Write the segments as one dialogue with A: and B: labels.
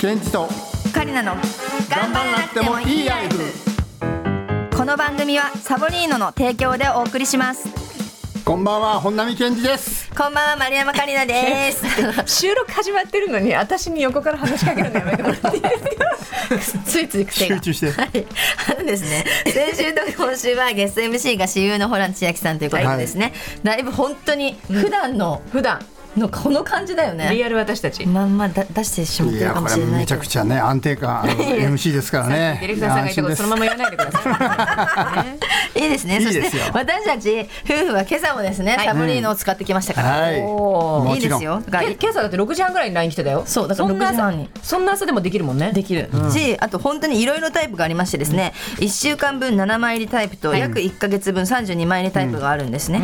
A: ケンチと
B: カリナの
A: 頑張らなくてもいいライフ
B: この番組はサボリーノの提供でお送りします
A: こんばんは本並健二です
B: こんばんは丸山カリナです
C: 収録始まってるのに私に横から話しかけるのやめてもらっていいですかついつい癖が
A: 集中 して
B: はい、あのですね先週と今週はゲスト MC が私有のホラン千秋さんということでですね、だいぶ本当に 普段の,、
C: 普段
B: のこの感じだよ
C: リ
B: ね
C: アル私たち
B: まんまだ出してしまっ
A: い
B: てる
A: や
B: か
A: こ
B: も
A: れ
B: しれない
A: めち
B: け
A: ゃ
B: ど
A: くちゃね安定感あ る MC ですからね
C: ディレクターさんがいたことそのまま言わないでく ださい、ね、
B: いいですね
A: いい
B: そ
A: です
B: し
A: よ
B: て私たち夫婦は今朝もですね、サボリーノを使ってきましたから、
A: はい
C: おー
A: も
B: いい
A: ち
B: で
A: ろ
B: すよ
A: ん
B: だから
C: け今朝だって6時半ぐらいに LINE 来てたよ
B: そうだから
C: んな朝
B: 6時半に
C: そんな朝でもできるもんね
B: できる、しあと本当にいろいろタイプがありましてですね、1週間分7枚入りタイプと約1か月分32枚入りタイプがあるんですね、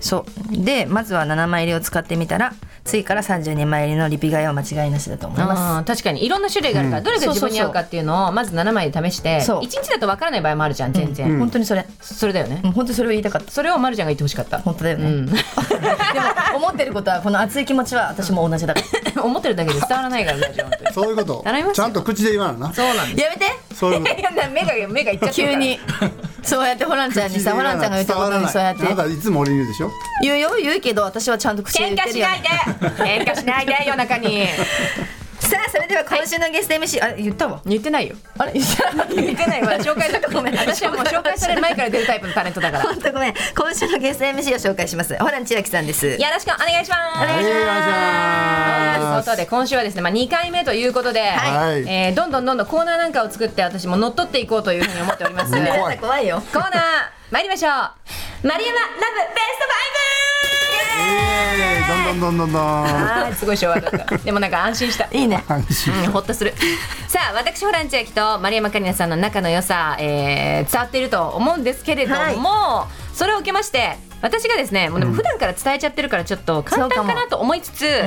B: そうでまずは7枚入りを使ってみたら次から32枚入りのリピ買いは間違いなしだと思いま
C: あー確かにいろんな種類があるから、どれが自分に合うかっていうのをまず7枚で試して
B: そう
C: 1日だと分からない場合もあるじゃん全然、
B: す、本当にそれ、
C: それだよね、
B: うん、本当にそれを言いたかった
C: それをまるちゃんが言ってほしかった
B: 本当だよね、
C: うん
B: でも思ってることはこの熱い気持ちは私も同じだから
C: 思ってるだけで伝わらないからね 本当に
A: そういうこと
C: 習います
A: ち
C: よ
A: ゃんと口で言わなな
C: そうなんです
B: やめて
A: そういう こと
C: いやな目が目がいっちゃって
B: 急
C: るから
B: にそうやってホランちゃんに
A: 口で
B: さ
A: 言
B: ホ
A: わ
B: ランちゃんが言ったことにそうやって
A: 伝わらないあなたいつも俺に言うでしょ
B: 言うよ言うけど私はちゃんと口で言
C: 喧
B: ってる
C: 嘩し
B: よ
C: ないで喧嘩しないで夜中に
B: さあそれでは今週のゲスト MC、あれ言ったわ
C: 言ってないよ
B: あれ言ってない
C: 言ってないわ紹介されたごめん私はもう紹介される前から出るタイプのタレントだからよ
B: 本当ごめん今週のゲスト MC を紹介しますホラン千秋さんです
C: ろしくお願いします
A: はいお願いし
C: とい
A: ま
C: う
A: す
C: こ とで今週はですね、まあ、2回目ということで、
A: はい
C: えーどんどんどんどんコーナーなんかを作って私も乗っ取っていこうというふうに思っておりますコー
A: う
C: ナ
A: ん
C: ー
A: 怖い
B: 怖いよ
C: 参りましょう丸山ラブベ
A: ええどんどんどんどんどん
C: スト5あーすごい昭和だったでもなんか安心した
B: いいね
A: 安心
C: うん、ほっとする。 さあ、私ホラン千秋と丸山桂里奈さんの仲の良さ、えー伝わっていると思うんですけれども、それを受けまして、私がですね、もうでも普段から伝えちゃってるからちょっと簡単かなと思いつつ、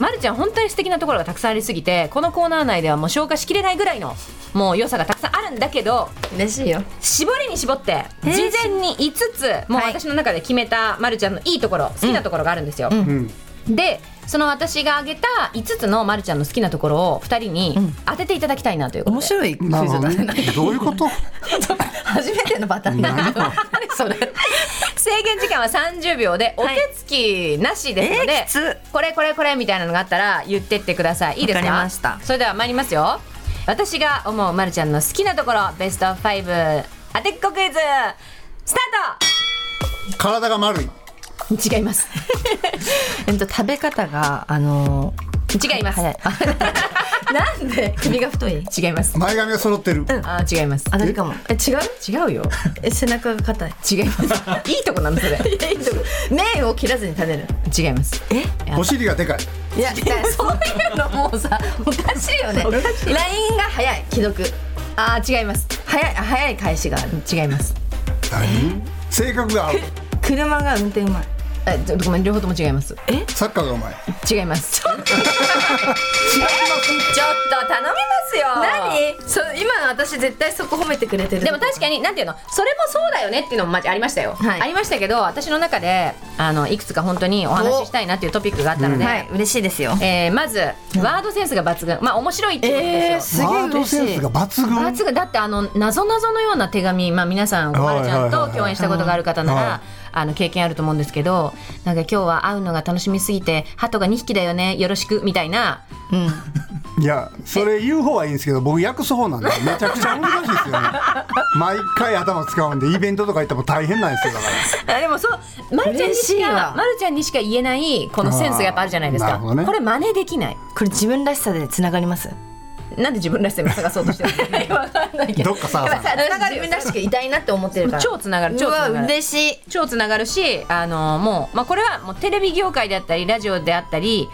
C: まるちゃん本当に素敵なところがたくさんありすぎてこのコーナー内ではもう消化しきれないぐらいのもう良さがたくさんあるんだけど
B: 嬉しいよ
C: 絞りに絞って事前に5つもう
B: はい
C: 私の中で決めたまるちゃんのいいところ好きなところがあるんですよ。
A: うん
C: でその私が挙げた5つのまるちゃんの好きなところを2人に当てていただきたいなということで、
B: 面白いクイズ
A: なるほど
B: だね
A: ねどういうこと
B: 初めてのパターンだ
A: なる
B: な
A: ほど
B: 何そ れ
C: 制限時間は30秒でお
B: はい
C: 手つきなしですので、
B: えーきつ
C: これこれこれみたいなのがあったら言ってってくださいいいですか
B: わかりました
C: それでは参りますよ私が思うまるちゃんの好きなところベスト5当てっこクイズス
A: 体が丸い
C: タート違います
B: えっと食べ方があの
C: 違います
B: 早いあ なんで首が太い
C: 違います
A: 前髪が揃ってる
C: あー違います
B: あれかもえ違う
C: 違うよ
B: え背中が硬い
C: 違います いいとこなのそれ
B: 麺を切らずに食べる
C: 違います
B: え
A: お尻がでかい
B: いやだからそういうのもうさおかしいよね ラインが早い既読
C: あー違います
B: 早い早い返しがある
C: 違います
A: 何性格が合う
B: 車が運転うまい
C: えちょごめん両方とも違います
A: サッカーがうまい
C: 違い ますちょっとちょっと頼みますよ
B: 何そ今の私絶対そこ褒めてくれてる
C: でも確かに何ていうのそれもそうだよねっていうのもまあありましたよ、
B: はい
C: ありましたけど私の中であのいくつか本当にお話ししたいなっていうトピックがあったので、
B: はい嬉しいですよ
C: えーまずワードセンスが抜群まあ面白いっていうことですよ、
B: えー、すげ
A: ワ
B: え
A: ード
B: 嬉し
A: セン
B: い
A: スが抜群
C: まずだってあの謎謎のような手紙、まあ、皆さん小原ちゃんと共演したことがある方な
A: はいはい
C: らあの経験あると思うんですけどなんか今日は会うのが楽しみすぎて鳩が2匹だよねよろしくみたいな
A: うん、いやそれ言う方はいいんですけど僕訳す方 なんでめちゃくちゃ難しいですよね毎回頭使うんでイベントとか行っても大変なんですよだから
C: あでもそうまるちゃん
B: 嬉
C: に
B: し
C: し
B: い
C: か
B: わ
C: まるちゃんにしか言えないこのセンスがやっぱあるじゃないです
A: あーな
C: か、
A: るほどね
C: これ真似できない
B: これ自分らしさでつながります
C: なんで自分らしさを探そうとしてるのわかんない けど
A: どっかささん
B: 自分らしくいたいなって思ってるから
C: 超つながる超つな
B: う
C: が
B: わ
C: る
B: 嬉しい
C: 超つながるしあのもう、まあ、これはもうテレビ業界であったりラジオであったり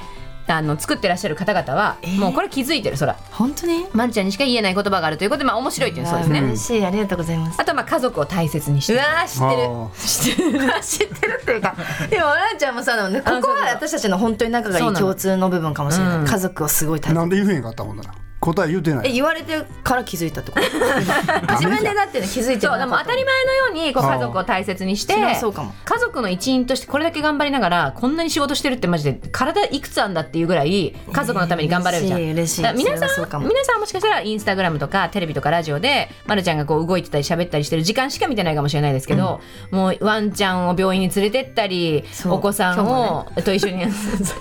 C: あの作ってらっしゃる方々は、
B: ー
C: もうこれ気づいてるそら
B: 本当に
C: まるちゃんにしか言えない言葉があるということで、まあ、面白いっていうのはそうですね、
B: 嬉しいありがとうございます
C: あとはまあ家族を大切にして
B: う
C: る
B: わー知ってる 知ってる知ってるっていうか でもランちゃんもそうだもんねこ
C: あそう
B: こ
C: そう
B: は私たちの本当に仲がい
C: そう
B: い
C: なの
B: 共通の部分かもしれない、
C: うん
B: 家族をすごい
A: あー
B: 大切
A: なんで言えへんかったほんなら答え言うてない
B: え言われてから気づいたってこと自分でだってね気づいて
C: そう
B: な
C: でも
B: か
C: 当
B: った
C: たり前のようにこう
A: あー
C: 家族を大切にして
B: それはそうかも
C: 家族の一員としてこれだけ頑張りながらこんなに仕事してるってマジで体いくつあんだっていうぐらい家族のために頑張れるじゃん、
B: えー嬉しい嬉しい
C: だから
B: そ
C: 皆
B: れはそう
C: さ
B: か
C: ん
B: も
C: 皆さんはもしかしたらインスタグラムとかテレビとかラジオでまるちゃんがこう動いてたり喋ったりしてる時間しか見てないかもしれないですけど、もうワンちゃんを病院に連れてったり
B: そう
C: お子さんを、と一緒にそう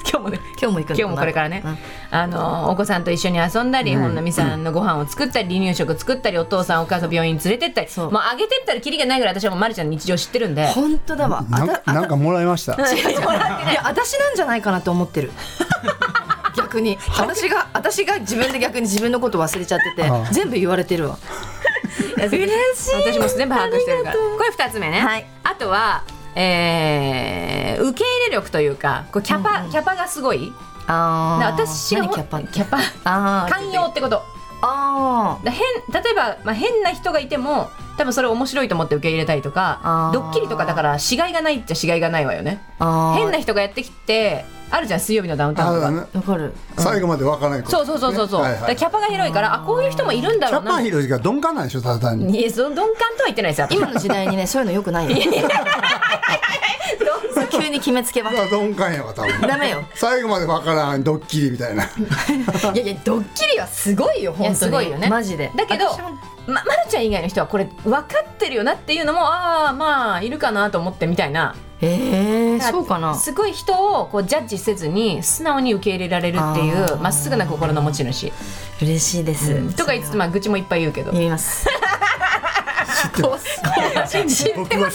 C: 今日もね
B: 今日も行くの
C: 今日もこれからね、
B: うん
C: あのお子さんと一緒に遊んだり、本並さんのご飯を作ったり離乳食作ったりお父さんお母さん病院に連れてったり
B: そう
C: もうあげてったらキリがないぐらい私はもうまるちゃんの日常知ってるんで
B: 本当だわ
A: な
B: あ
A: ん
B: た
A: かなんかもらいました
B: 違う違ういや私なんじゃないかなって思って る逆に私が私が自分で逆に自分のこと忘れちゃってて
A: ああ
B: 全部言われてるわ
C: 嬉しい私も全部把握してるからこれ二つ目ね、
B: はい
C: あとは、えー受け入れ力というかこうキャパ、キャパがすごい
B: あ
C: で
B: あ
C: 私は
B: キャパって
C: キャパ
B: ああ
C: 寛容ってこと
B: あ
C: だ変例えば、まあ、変な人がいても多分それ面白いと思って受け入れたいと
B: あ
C: か
B: ー
C: ドッキリとかだからしがいがないっちゃしがいがないわよね
B: あああ
C: 変な人がやってきてあるじゃん水曜日のダウンタウンとか
A: あ、ね、
B: わかる
A: 最後までわからないこと
C: そうそうそうそうそう、
A: ねはいは
C: だから
A: い、
C: キャパが広いからあこういう人もいるんだ
A: キ
C: ろう
A: ャ
C: な
A: パ広いが鈍感なんでしょただ単に
C: いやその鈍感とは言ってないですよ
B: 今の時代に ねそういうのよくないよ急に決めつけば
A: いや鈍感やわ多分
B: ダメよ
A: 最後までわからんドッキリみたいな
B: いやいやドッキリはすごいよ本当に
C: すごいよね
B: マジで
C: だけど
B: 私も
C: ままるちゃん以外の人はこれ分かってるよなっていうのもああまあいるかなと思ってみたいな
B: ええそうかな
C: すごい人をこうジャッジせずに素直に受け入れられるってい
B: あ
C: うまっすぐな心の持ち主
B: 嬉しいです、
C: とか言いつつまあ愚痴もいっぱい言うけど
B: 読みます
A: 僕は知ってます
B: 知ってま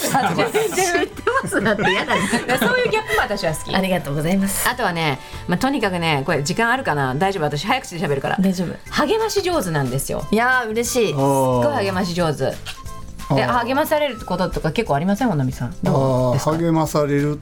B: すなんて嫌だね
C: だ からそういうギャップも私は好き
B: ありがとうございます
C: あとはね、まあ、とにかくねこれ時間あるかな大丈夫私早口で喋るから
B: 大丈夫
C: 励まし上手なんですよ
B: いやー嬉しい
C: す
A: お
C: ごい
A: ー
C: 励まし上手で
A: あー
C: 励まされることとか結構ありません本並さんどう
A: あ
C: ですか
A: ー励まされる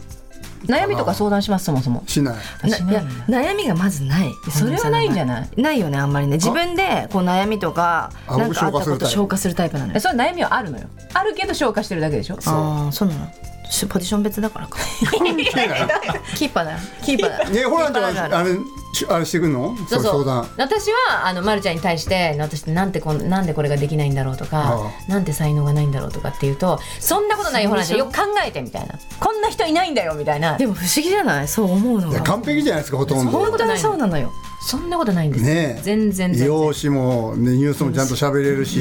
C: 悩みとか相談しますそもそも
A: しない
B: ないや悩みがまずない
C: それはないんじゃない
B: ないよねあんまりね自分でこう悩みとか
A: あ
B: なんかあった
A: 僕消化する
B: こ
A: タ
B: と
A: イプ
B: 消化するタイプなの
C: え
B: よ
C: それは悩みはあるのよあるけど消化してるだけでしょ
B: ああそうなのしポジション別だからか
A: 関係ない
B: キーパーだよキーパーだ
A: ねホランちゃん
B: キーパー
A: はあれしあれしてくんの
C: そうそ
A: 相
C: う
A: 談
C: 私はあの、ま、るちゃんに対して私なんてこんなんでこれができないんだろうとか
A: あ
C: なんて才能がないんだろうとかっていうとそんなことないよほらちゃんよく考えてみたいなこんな人いないんだよみたいな
B: でも不思議じゃないそう思うの
A: いや
B: が
A: 完璧じゃないですかほとん
C: そんな
A: ど
B: 本当にそうなのよ
C: そんなことないんですよ
A: ねえ
C: 全然全然
A: 容姿もねニュースもちゃんと喋れる し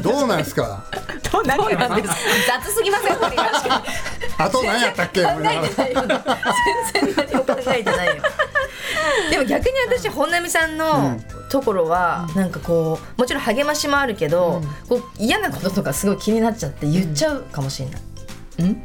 A: どうなんですか
C: どうなんですか雑すぎませんこれが
A: あと何やった っけ思いながら
B: 何も考えてないよでも逆に私本並さんのところはなんかこうもちろん励ましもあるけど、こう嫌なこととかすごい気になっちゃって言っちゃうかもしれない、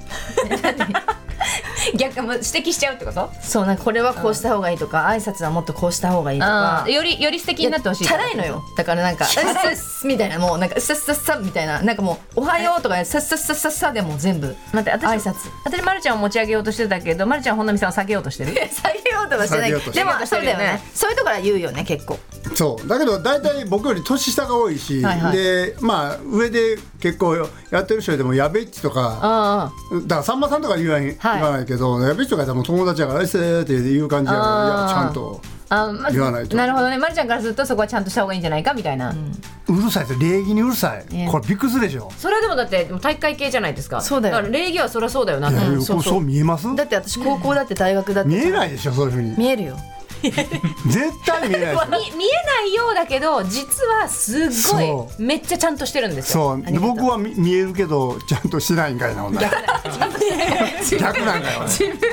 C: 逆もう指摘しちゃうってこと
B: そうなんかこれはこうした方がいいとか挨拶はもっとこうした方がいいとか
C: あーよりより素敵
B: いや
C: になってほしい
B: チャラいのよだからなんか「さっさみたいなもうなんか「さっさっさ」みたいななんかもう「おはよう」とか「さっさっさっさっさ」でもう全部
C: 待って
B: 挨
C: 私
B: 拶
C: 私まるちゃんを持ち上げようとしてたけどまるちゃんは本並さんを下げようとしてる
B: 下げようとはしてな
A: 下げ
B: い
A: ようとして
B: で
A: る
B: もそうだよねそういうところは言うよね結構
A: そうだけど大体僕より年下が多いし、
C: はいはい
A: でまあ上で結構やってる人でもやべっちとか
C: あ
A: だからさんまさんとか言わない,、
C: はい
A: 言わないけどやべっちとかやったらもう友達やから「えっせー」って言う感じやからい
C: あー
A: やちゃんと
C: ああま
A: 言わないと
C: なるほどねまるちゃんからするとそこはちゃんとした方がいいんじゃないかみたいな、
A: うるさいです礼儀にうるさい、
C: ね
A: これびっくりするでしょ
C: それはでもだって大会系じゃないですか
B: そうだよ
C: から礼儀はそりゃそうだよない
A: やいやこれ
B: そうそう
A: そう見えます
B: だって私高校だって大学だって
A: 見え
B: い
A: ないでしょそういうふうに
B: 見えるよ
A: 絶対見えないでしょ
C: 見見えないようだけど実はすっご
A: そ
C: いめっちゃちゃんとしてるんですよ
A: そう僕は見見えるけどちゃんとしないんかいなほんなら逆なんだよ俺っ
B: 自分で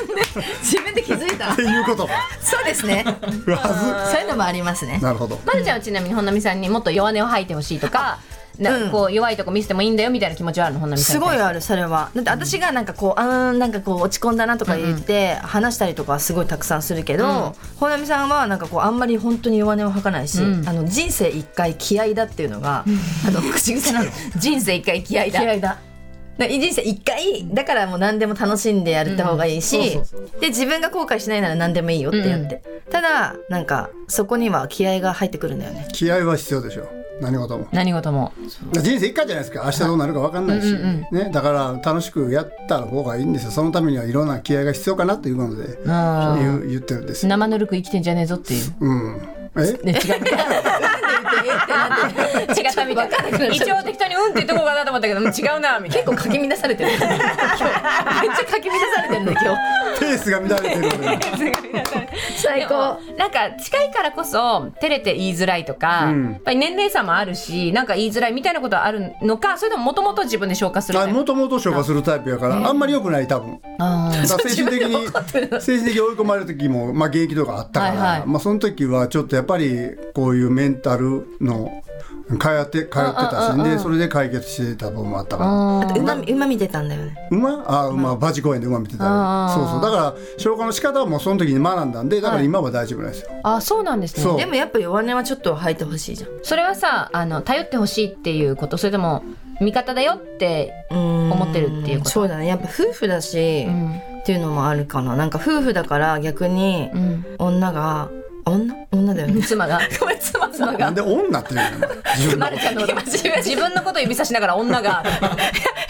B: 自分で気づいた
A: ていうことか
B: そうです ね
A: は
B: そういうのもありますね
A: ずなるほど
C: まるちゃんはちなみに本並さんにもっと弱音を吐いてほしいとかな
B: うん
C: こう弱いとこ見せてもいいんだよみたいな気持ちはあるの本並さん
B: す
C: に対
B: ご
C: し
B: い
C: て
B: あるそれはだって私がなんかこうあーなんかこう落ち込んだなとか言って話したりとかはすごいたくさんするけど、本並さんはなんかこうあんまり本当に弱音を吐かないし、
C: うん
B: あの人生一回気合だっていうのが、あの口癖なの
C: 人生一回気合いだ
B: 気合だだから人生一回だからもう何でも楽しんでやった方がいいし、
C: うんそう
B: で自分が後悔しないなら何でもいいよってやって、ただなんかそこには気合が入ってくるんだよね
A: 気合は必要でしょ何事も
C: 何事も
A: 人生一回じゃないですか明日どうなるか分かんないし、ね、だから楽しくやった方がいいんですよそのためにはいろんな気合が必要かなというので
C: あー
A: 言う言ってるんですよ、
C: 生ぬるく生きてんじゃねえぞっていう
A: うん、え
C: ね違うなんでえ ってなって違ったみたい
D: わかんなくなっちゃう
C: 一応適当に「うん」って言っとこうかなと思ったけどうん違うなみたい
D: 結
C: な
D: 構かき乱され てる今日めっちゃかき乱されてるね今日
A: ペースが乱れてるので
D: 最高
C: でもなんか近いからこそ照れて言いづらいとか、
A: うん
C: やっぱり年齢差もあるしなんか言いづらいみたいなことはあるのかそれとももともと自分で消化するタイプ
A: もともと消化するタイプやからあんまり良くない多分だから精神的に精神的に追い込まれる時もまあ現役とかあったから、
C: はいはい
A: まあその時はちょっとやっぱりこういうメンタルの通って通ってたしでそれで解決してた部分もあったから
B: あと馬馬見てたんだよね
A: 馬あ馬バチ公園で馬見てたらそうそうだから消化の仕方はもうその時に学んだんでだから今は大丈夫なんですよ、
C: あそうなんですね
A: そう
B: でもやっぱ弱音はちょっと吐いてほしいじゃん
C: それはさあの頼ってほしいっていうことそれとも味方だよって思ってるっていうこと
B: そうだねやっぱ夫婦だし、っていうのもあるかななんか夫婦だから逆に女が、女女だよね
C: 妻が ごめん妻妻
A: なんで女って言うの自分の
C: ちゃんのこと 自分のこと指さしながら女が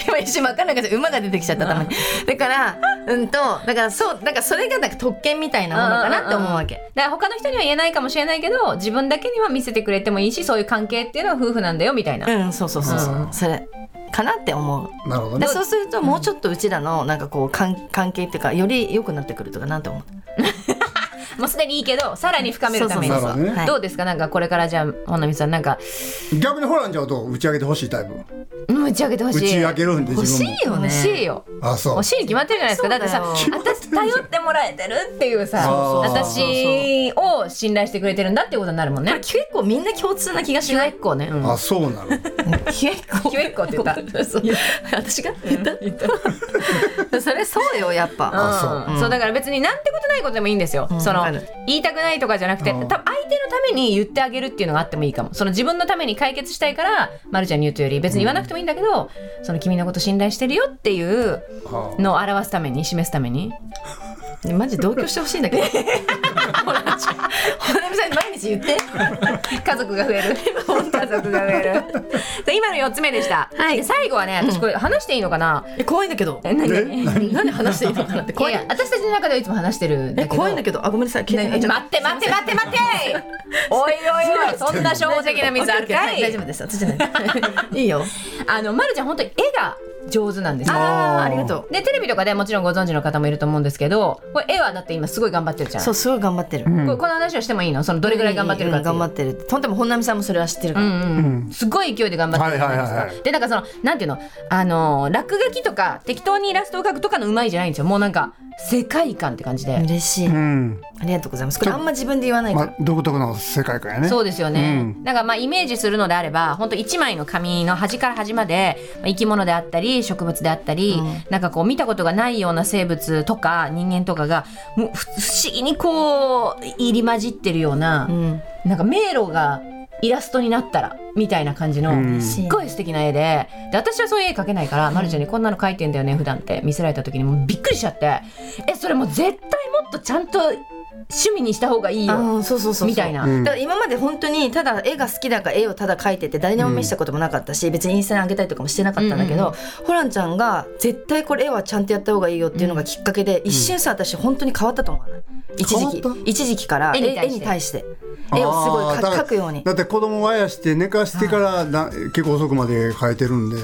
B: 今一瞬分かんなかった馬が出てきちゃったたまにだからうんとだからそうだからそれがなんか特権みたいなものかなって思うわけ
C: だから他の人には言えないかもしれないけど自分だけには見せてくれてもいいしそういう関係っていうのは夫婦なんだよみたいな、
B: うんそうそうそうそう、それかなって思う
A: なるほど
B: で
A: ね
B: そうするともうちょっとうちらのなんかこう関関係っていうかより良くなってくるとかなって思う
C: もうすでにいいけどさらに深めるために
A: そうそうそうそうなるほどね
B: はい
C: どうですかなんかこれからじゃあほのみさんなんか
A: 逆にホランちゃんはどう打ち上げてほしいタイプ
C: うん打ち上げてほし
A: 打
C: い
A: ち上げるんで
B: 欲
A: 自
B: し
A: 分
B: い
A: も
B: よね
C: 欲しいよ
A: あそう
C: 欲しいに決まってるじゃないですかだってさ
B: そう
A: だよ
C: 私頼ってもらえてるっていうさ
A: そうそうそうそう
C: 私を信頼してくれてるんだっていうことになるもん
B: こ
C: ね
B: れ結構みんな共通な気がし
C: キュ
B: な
C: エ
B: い
C: ッコね、うん
A: あそうなの
B: キュ エッコ
C: キュエッコって言った
B: そう私が言った言ったそれそうよやっぱ
A: あ
C: そうだから別になんてことないことでもいいんですよ、その
B: わかる
C: 言いたくないとかじゃなくて多
A: うん
C: 分相手のために言ってあげるっていうのがあってもいいかもその自分のために解決したいから、ま、るちゃんに言うとより別に言わなくてもいいんだけど、その君のこと信頼してるよっていう
A: そう
C: のを表すために示すために
B: ねマジ同居してほしいんだけどほらちょほなみさん毎日言って
C: 家族が増える家族が増えるで今の4つ目でした、
B: はい
C: で最後はね私これ話していいのかな、
B: え怖いんだけど
C: え何
A: え何
B: 何話していいのかなって怖い
C: いやいや私たちの中ではいつも話してるんだ
B: え
C: けど
B: 怖いんだけどあごめんなさい聞いて
C: ね待って待って待って待っておいおいおいそんな初歩的な水あるかい
B: 大丈夫です私じゃない いいよ
C: あの、ま、るちゃん本当に絵が上手なんですよ
B: あー
A: あー
B: ありがと
C: でテレビとかでもちろんご存知の方もいると思うんですけどこれ絵はだって今すごい頑張ってるじゃ
B: うんそう
C: こ
B: すごい頑張ってる
C: れこの話をしてもいいのそのどれぐらい頑張ってるか
B: うん
C: っていう
B: 頑張ってるとんでも本並さんもそれは知ってるから
C: うんうん、すごい勢いで頑張ってるじゃないですか、
A: はいはいはいは
C: でなんかそのなんていうのあのー落書きとか適当にイラストを描くとかのうまいじゃないんですよもうなんか世界観って感じで、
B: 嬉しい
A: うん
B: ありがとうございますこれあんま自分で言わないか
A: ま
B: ら
A: あ独特の世界観やね
C: そうですよね、
A: う
C: だからまあイメージするのであれば本当一枚の紙の端から端までまあ生き物であったり植物であったり、なんかこう見たことがないような生物とか人間とかがもうふ不思議にこう入り混じってるような、
B: ん
C: なんか迷路がイラストになったらみたいな感じの、
A: ん
C: すっごい素敵な絵でで私はそういう絵描けないから、まるちゃんにこんなの描いてんだよね普段って見せられた時にもうびっくりしちゃってえそれもう絶対もっとちゃんと趣味にした方がいい
B: あ
C: よ
B: ーそうそうそうそう
C: みたいな。
B: だから今まで本当にただ絵が好きだから絵をただ描いてて誰にも見せたこともなかったし、別にインスタに上げたりとかもしてなかったんだけど、ホランちゃんが絶対これ絵はちゃんとやった方がいいよっていうのがきっかけで、一瞬さ私本当に変わったと思わない一時期
A: 変わっ
B: 一時期から
C: 絵に対して
B: 絵に対して絵をすごい
A: あーだ
B: か
A: から
B: 描くように
A: だって子供をあやして寝かしてからな結構遅くまで描いてるんで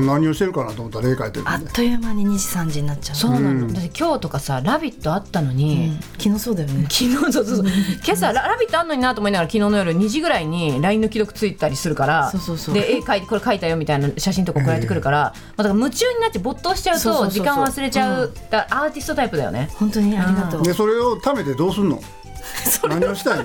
A: 何をしてるかなと思ったら絵描いて
B: あ
A: るん
B: っ
A: で
B: という間に2時3時になっちゃう
C: そうなの、だって今日とかさ「ラビット!」あったのに、
B: 昨日そうだよね
C: 昨日そうそうそう今朝「ララビット!」あんのになと思いながら昨日の夜2時ぐらいに LINE の既読ついたりするから
B: そうそうそう
C: で絵描いてこれ描いたよみたいな写真とか送られてくるから、まあ、だから夢中になって没頭しちゃう
B: そうそう
C: と
B: そうそ
C: 時
B: う
C: 間忘れちゃうだからアーティストタイプだよ ね。
B: 本当にありがとう、
A: でそれを貯めてどうすんの何をしたい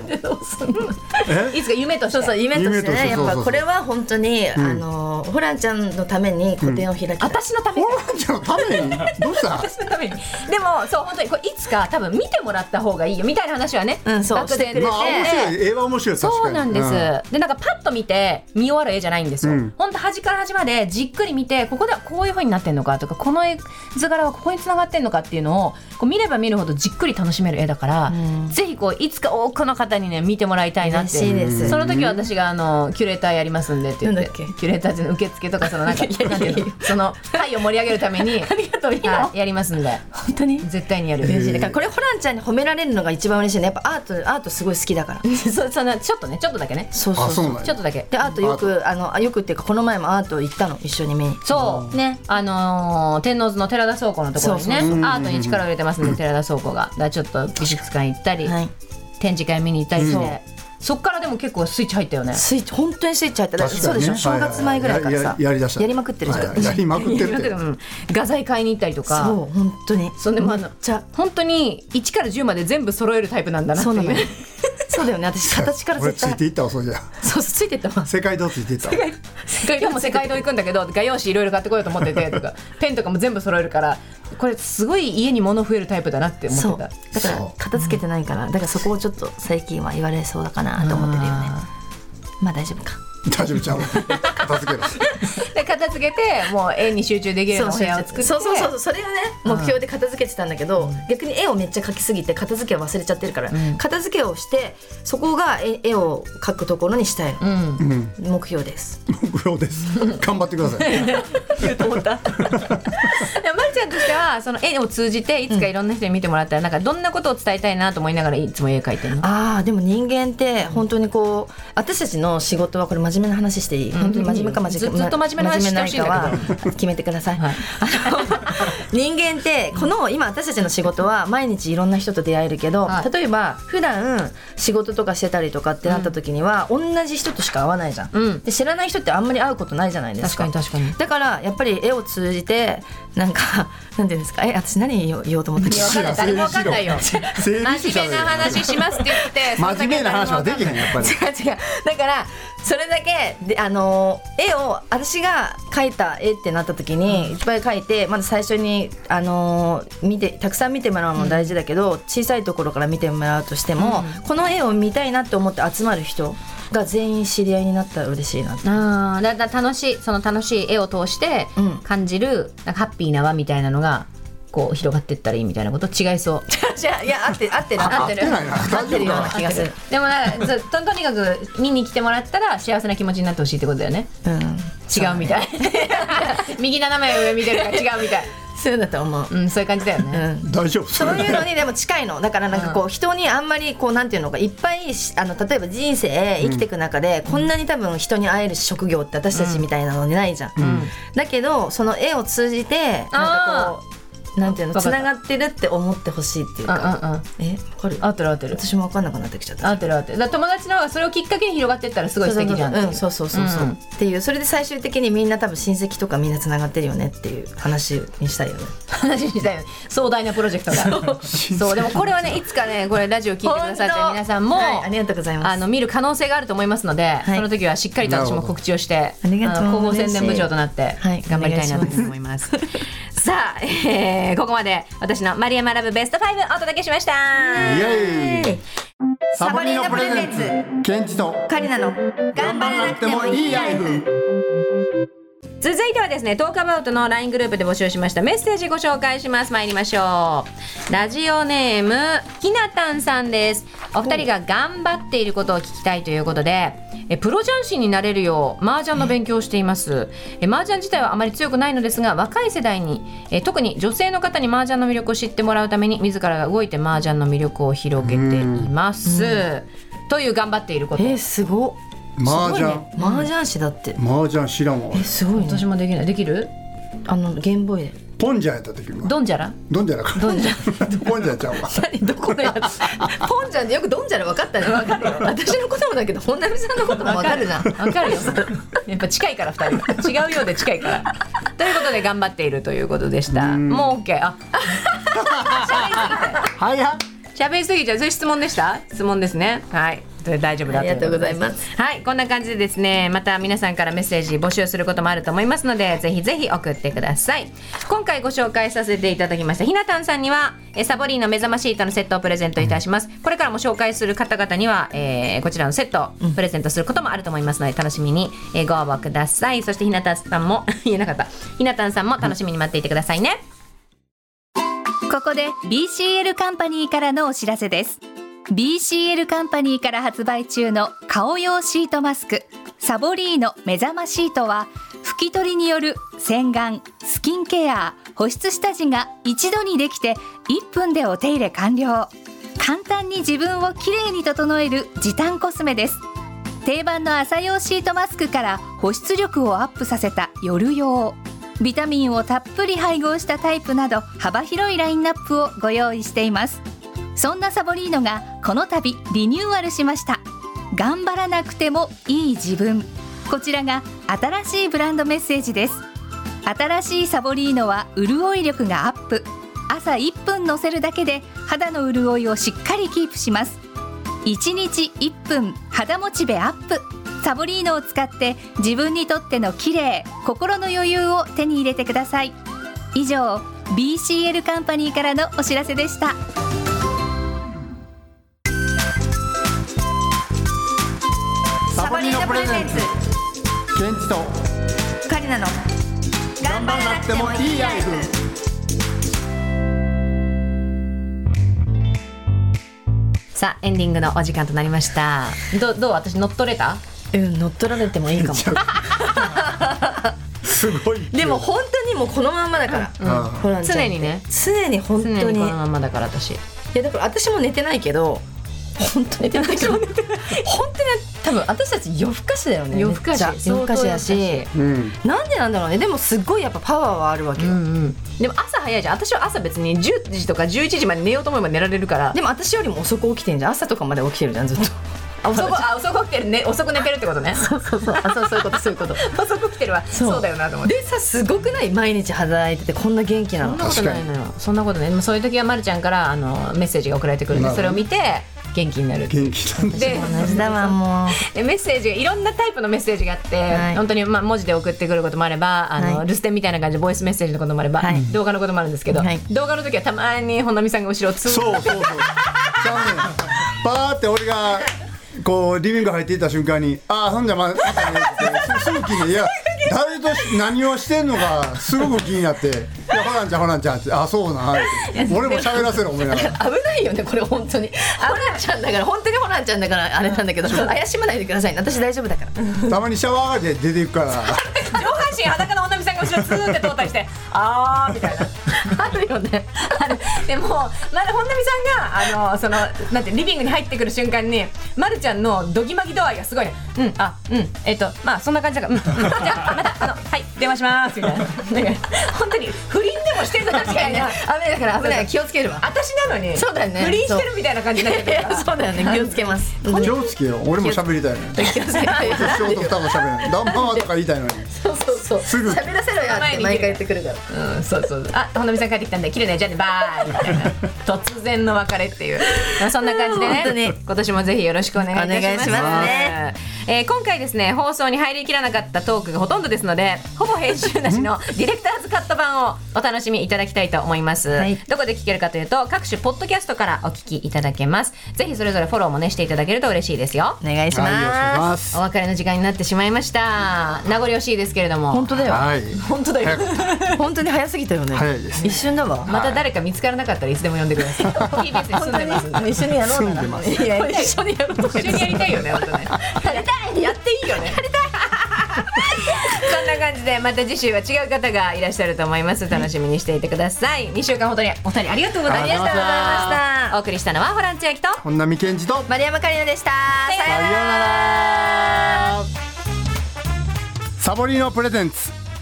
A: の え
C: いつか夢として
B: そうそう夢とし
A: 夢
B: て
A: として
B: ねや
A: そ
B: っ
A: うそう
B: ぱ
A: そう
B: これは本当に、あのホランちゃんのために個展を開きたい、
C: 私のため
A: ホランちゃんのためにどう した
C: 私のためにでもそう本当にこれいつか多分見てもらった方がいいよみたいな話はね、
B: うんそう
C: 学生で
A: まあ面白い絵は面白い確かに
C: そうなんです、でなんかパッと見て見終わる絵じゃないんですよ、
A: うん
C: ほんと端から端までじっくり見てここではこういう風になってんのかとかこの絵図柄はここに繋がってんのかっていうのをこう見れば見るほどじっくり楽しめる絵だから、ぜひこういつか多くの方にね見てもらいたいなって
B: 嬉しいです
C: その時は私があのキュレーターやりますんでって言って
B: なんだっけ
C: キュレーターじゃない受付とかそのなんかなんていうのその会を盛り上げるために
D: るといいの、
C: はいやりますんで
D: 本当に
C: 絶対にやる
B: 嬉しいだからこれホランちゃんに褒められるのが一番嬉しいねやっぱアートアートすごい好きだから
C: そそのちょっとねちょっとだけね
B: そう
A: あ
B: そう
A: そうな
B: そうん
A: や
C: ちょっとだけ
B: でアートよくあのあよくっていうかこの前もアート行ったの一緒に見に
C: そうねあのー天王洲の寺田倉庫のところにね
B: そうそう
C: アートに力を入れてますんで寺田倉庫がだからちょっと美術館行ったり、
B: はい
C: 展示会見に行ったりして、
B: うん
C: そっからでも結構スイッチ入ったよね
B: スイッチ本当にスイッチ入った、だ
A: 確
B: そ
A: か
B: う
A: に
B: で
A: ね
B: しょ正月前ぐらいから
A: は
B: さ
A: はややりだした
B: やりまくってるじゃん、
A: はいやりまくってるって
C: うん画材買いに行ったりとか
B: そう本当に
C: そんでもあの
B: めっちゃ
C: 本当に1から10まで全部揃えるタイプなんだなって
B: そうなのよ
C: いう
B: そうだよね 私形から
A: 俺
B: 絶
A: つい
B: 対
A: ていったわそれじゃ
C: そうついてったわ
A: 世界堂ついてい ったわ
C: 今日も世界堂行くんだけど画用紙いろいろ買ってこようと思ってて とかペンとかも全部揃えるからこれすごい家に物増えるタイプだなって思
B: そう
C: って
B: だ
C: た
B: から
A: そう
B: 片付けてないからだからそこをちょっと最近は言われそうだかなと思ってるよねまあ大丈夫か
A: 大丈夫ちゃうわ片付けろ
C: で片付けてもう絵に集中できるようなお部屋を作って
B: そうそうそうそうそれをね目標で片付けてたんだけど、逆に絵をめっちゃ描きすぎて片付けを忘れちゃってるから、片付けをしてそこが絵絵を描くところにしたいの、目標です
A: 目標です頑張ってください
C: でまるちゃんとしてはその絵を通じていつかいろんな人に見てもらったら、なんかどんなことを伝えたいなと思いながらいつも絵描いてるの
B: あーでも人間って本当にこう私たちの仕事はこれ真面目な話していい、本当に真面目か真面目か
C: ずずっと真面目な話
B: 真面目
C: してほしいんだ
B: ないかは決めてください、あの人間ってこの今私たちの仕事は毎日いろんな人と出会えるけど、
C: はい
B: 例えば普段仕事とかしてたりとかってなった時には、同じ人としか会わないじゃん、
C: うん
B: で知らない人ってあんまり会うことないじゃないですか
C: 確かに確かに
B: だからやっぱり絵を通じてなんかなんていうんですかえ私何言おう言おうと思ったっけ
C: いやわかんない誰もわかんないよ
A: 整理しろ
C: 真面目な話しますって言って
A: 真面目な話はできへんやっぱり
B: 違う違う だからそれだけであの絵を私が描いた絵ってなった時にいっぱい描いてまず最初にあの見てたくさん見てもらうのも大事だけど、小さいところから見てもらうとしても、この絵を見たいなって思って集まる人が全員知り合いになったら嬉しいなって
C: あーだだ楽しいその楽しい絵を通して
B: うん
C: 感じる、なんかハッピーな輪みたいなのがこう広がっていったらいいみたいなこと違いそう
B: じゃあいや合って合ってる
A: 合ってないな
B: 合
A: 大
B: っ
A: 丈
B: て
A: 夫
B: る
A: か
B: よう
A: な
B: な気がする
C: でもなんかずととにかく見に来てもらったら幸せな気持ちになってほしいってことだよね
B: うん
C: 違うみたい 右斜め上見てるから違うみたい
B: そういうんだと思う
C: うんそういう感じだよね、
B: うん
A: 大丈夫そ
B: そういう
A: れ
B: のにでも近いのだからなんかこう、人にあんまりこうなんていうのかいっぱいしあの例えば人生生きていく中で、こんなに多分人に会える職業って私たちみたいなのにないじゃん、だけどその絵を通じてなんかこうなんていうの
C: わか
B: つ
C: った
B: ながってるって思ってほしいっていう
C: うんう
B: か、
C: んうん
B: えわかる
C: 合ってる合ってる
B: 私も分かんなくなってきちゃった
C: 合ってる合ってるだから友達の方がそれをきっかけに広がっていったらすごい素敵じゃんっていう
B: うん、そうそうそうそう、
C: うん
B: っていうそれで最終的にみんな多分親戚とかみんなつながってるよねっていう話にしたいよね
C: 話にしたいよね壮大なプロジェクトがそうでもこ れはねいつかねこれラジオ聞いてくださってる皆さんも、
B: はいありがとうございます
C: あの見る可能性があると思いますので、
B: い
C: その時はしっかりと私も告知をして
B: なるほどありがとう
C: あの広報
B: 嬉し
C: 宣
B: い
C: 伝部長となって
B: はい
C: 頑張りたいなと思います。さあ、えーここまで私のマリアマラブベスト5お届けしました。
A: イエーイサボ
B: ボ
A: リ
B: リ
A: ーの
B: ーノ
A: プ
B: プ
A: レ
B: レ
A: ゼンツ
B: ゼンツ
A: ケンチと
B: カリナの
A: 頑
B: 頑
A: 張ら
B: 張ら
A: な
B: な
A: く
B: く
A: て
B: て
A: も
B: も
A: い
B: い
A: い
B: い
A: ラ
B: ラ
A: イ
B: イ
A: フ
B: フ
C: 続いてはですねトークアバウトの LINE グループで募集しましたメッセージご紹介します参りましょうラジオネームひなたんさんですお二人が頑張っていることを聞きたいということでえプロ雀士になれるよう麻雀の勉強をしていますえ麻雀自体はあまり強くないのですが若い世代にえ特に女性の方に麻雀の魅力を知ってもらうために自らが動いて麻雀の魅力を広げていますという頑張っていること、
B: えー、すごっ
A: 麻
C: すごい
A: 雀
C: ね
B: 麻雀師だって、
A: 麻雀知らんわ
B: えすごいね
C: 私もできないできる
B: あのゲームボーイで
A: ポンジャーやった時も
C: ドンジャラ
A: ドンジャーだから
C: ドンジ
A: ポンジャーちゃうわ
B: どこのや つポンちゃんでよくドンジャラ分かったね分かるよ私のこともだけど本並さんのことも分かるじゃん
C: わか るよ。やっぱ近いから二人。違うようで近いから。ということで頑張っているということでした。もう OK。あ、
A: はいはい
C: 喋りすぎちゃう。それ質問でした質問ですね。はい。それ大丈夫だ
B: ありがとうございます
C: とうことです。はい。こんな感じでですね、また皆さんからメッセージ募集することもあると思いますので、ぜひぜひ送ってください。今回ご紹介させていただきましたひなたんさんには、えサボリーの目覚ましいとのセットをプレゼントいたします。これからも紹介する方々には、えーこちらのセットをプレゼントすることもあると思いますので、楽しみに、えーご応募ください。そしてひなたんさんも、 言えなかった。ひなたんさんも楽しみに待っていてくださいね。
E: ここで BCL カンパニーからのお知らせです BCL カンパニーから発売中の顔用シートマスクサボリーノ目覚ましいとは拭き取りによる洗顔スキンケア保湿下地が一度にできて1分でお手入れ完了簡単に自分をきれいに整える時短コスメです定番の朝用シートマスクから保湿力をアップさせた夜用ビタミンをたっぷり配合したタイプなど幅広いラインナップをご用意していますそんなサボリーノがこの度リニューアルしました頑張らなくてもいい自分こちらが新しいブランドメッセージです新しいサボリーノは潤い力がアップ朝1分のせるだけで肌の潤いをしっかりキープします1日1分肌モチベアップサボリーノを使って自分にとっての綺麗心の余裕を手に入れてください以上 BCL カンパニーからのお知らせでした
A: サボリーノプレゼンツケンチと
B: カリナの
A: 頑張らなくてもいいライフ
C: さあエンディングのお時間となりましたどどう私乗っ取れた
D: うん乗っ取られてもいい かも
A: すごい
B: でも本当にもうこのまんまだから、
A: うん
B: ホランちゃん
C: 常にね
B: 常に本
C: 常
B: 当
C: に
B: に
C: このままだから私
B: いやだから私も寝てないけど本当寝てないけど本当に多分私たち夜更かしだよね
C: 夜更かし
B: めっちゃ夜更かしだ
C: 相当
B: し
C: 夜
A: うん
B: なんでなんだろうねでもすっごいやっぱパワーはあるわけ
C: う
B: よ、
C: んうん、でも朝早いじゃん私は朝別に10時とか11時まで寝ようと思えば寝られるから
B: でも私よりも遅く起きてんじゃん朝とかまで起きてるじゃんずっと
C: あ遅くあ遅く起きてる、ね、遅く寝てるってことね
B: そうそうそうあそうそういうことそういうこと
C: 遅く起きてるわそううだよなと思って
B: でさすごくない毎日働いててこんな元気な
C: そ
B: の
C: んなことないのよそんなことねでもそういう時はまるちゃんからあのメッセージが送られてくるん
A: な
C: で
A: るほ
C: そ
A: ど
C: れを見て元気になる
A: 元気なんです
C: で
B: 同じだわもう
C: でメッセージがいろんなタイプのメッセージがあって、
B: はい
C: 本当にまあ文字で送ってくることもあればあの、
B: はい
C: 留守電みたいな感じでボイスメッセージのこともあれば、
B: はい
C: 動画のこともあるんですけど、
B: はい
C: 動画の時はたまに本並さんが後ろをつ
A: そうそうそうちゃうねんパーって俺がこうリビング入っていった瞬間に「ああほんじゃままたね」ってすぐ気にい や誰とし何をしてんのかすごく気になって「いやホランちゃんホランちゃん」って「あそうなん」って俺も喋らせろ思いながら
B: 危ないよねこれ本当にホランちゃんだから本当にホランちゃんだからあれなんだけど怪しまないでくださいね私大丈夫だから
A: たまにシャワーで出ていくから
C: 上半身裸の女将さんが後ろツーって通ったりして「あー」みたいなあるよねあるでもまだ本並さんがあのそのなんてリビングに入ってくる瞬間に、ま、るちゃんのどぎまぎ度合いがすごいねうんあうんえっ、とまあそんな感じだからうん、うん、じゃあまたあのはい電話しますみたいななんか本当に不倫でもしてるの確かにね
B: 雨だから危ない気をつけるわ
C: 私なのに
B: そうだよね
C: 不倫してるみたいな感じになってくるから
B: そう だよね気 をつけます
A: 気をつけよ俺も喋りたいのに
B: 気をつけて
A: ショート双も喋らない「ダンパワー」とか言いたいのに
B: そうそうそう
A: すぐ
B: 喋らせろよって毎回言ってくるから
C: うん、そうそうあ本並さん帰ってきたんで綺麗ねじゃあねバーイみたいな突然の別れっていう、まあ、そんな感じで
B: 本当
C: ね
B: に
C: 今年もぜひよろしくお願いいたします
B: お願いしますね
C: えー今回ですね放送に入りきらなかったトークがほとんどですのでほぼ編集なし のディレクターズカット版をお楽しみいただきたいと思います、
B: い
C: どこで聞けるかというと各種ポッドキャストからお聞きいただけますぜひそれぞれフォローもねしていただけると嬉しいですよ
B: お願いし
A: はいよろしくお願いし
B: ま
A: ますす
C: お別れの時間になってしまいました名残惜しいですけれども
B: 本当だよ
A: はい
C: 本当だよ
A: 早かった
B: 本当に早すぎたよね
A: 早いですね
B: 一瞬だわ
C: また誰か見つからなかったらいつでも呼んでくだ さい。TBS に住んでますんで。
B: 一緒にやろうな
A: 住んでます
B: いややりたい
C: 一緒にやると一緒にやりたいよね、本当ね。やりたいやっていいよね。やりたいそんな感じで、また次週は違う方がいらっしゃると思います。楽しみにしていてください。2週間ほどにお二人ありがとうございました。
A: ありがとうござい
B: ました
C: お送りしたのはホラン千秋と。
A: 本並健二と
B: 丸山桂里奈でしたさようなら
A: サボリーノプレゼンツ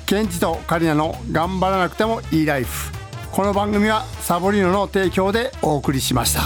A: ケンジとカリナの頑張らなくてもいいライフこの番組はサボリーノの提供でお送りしました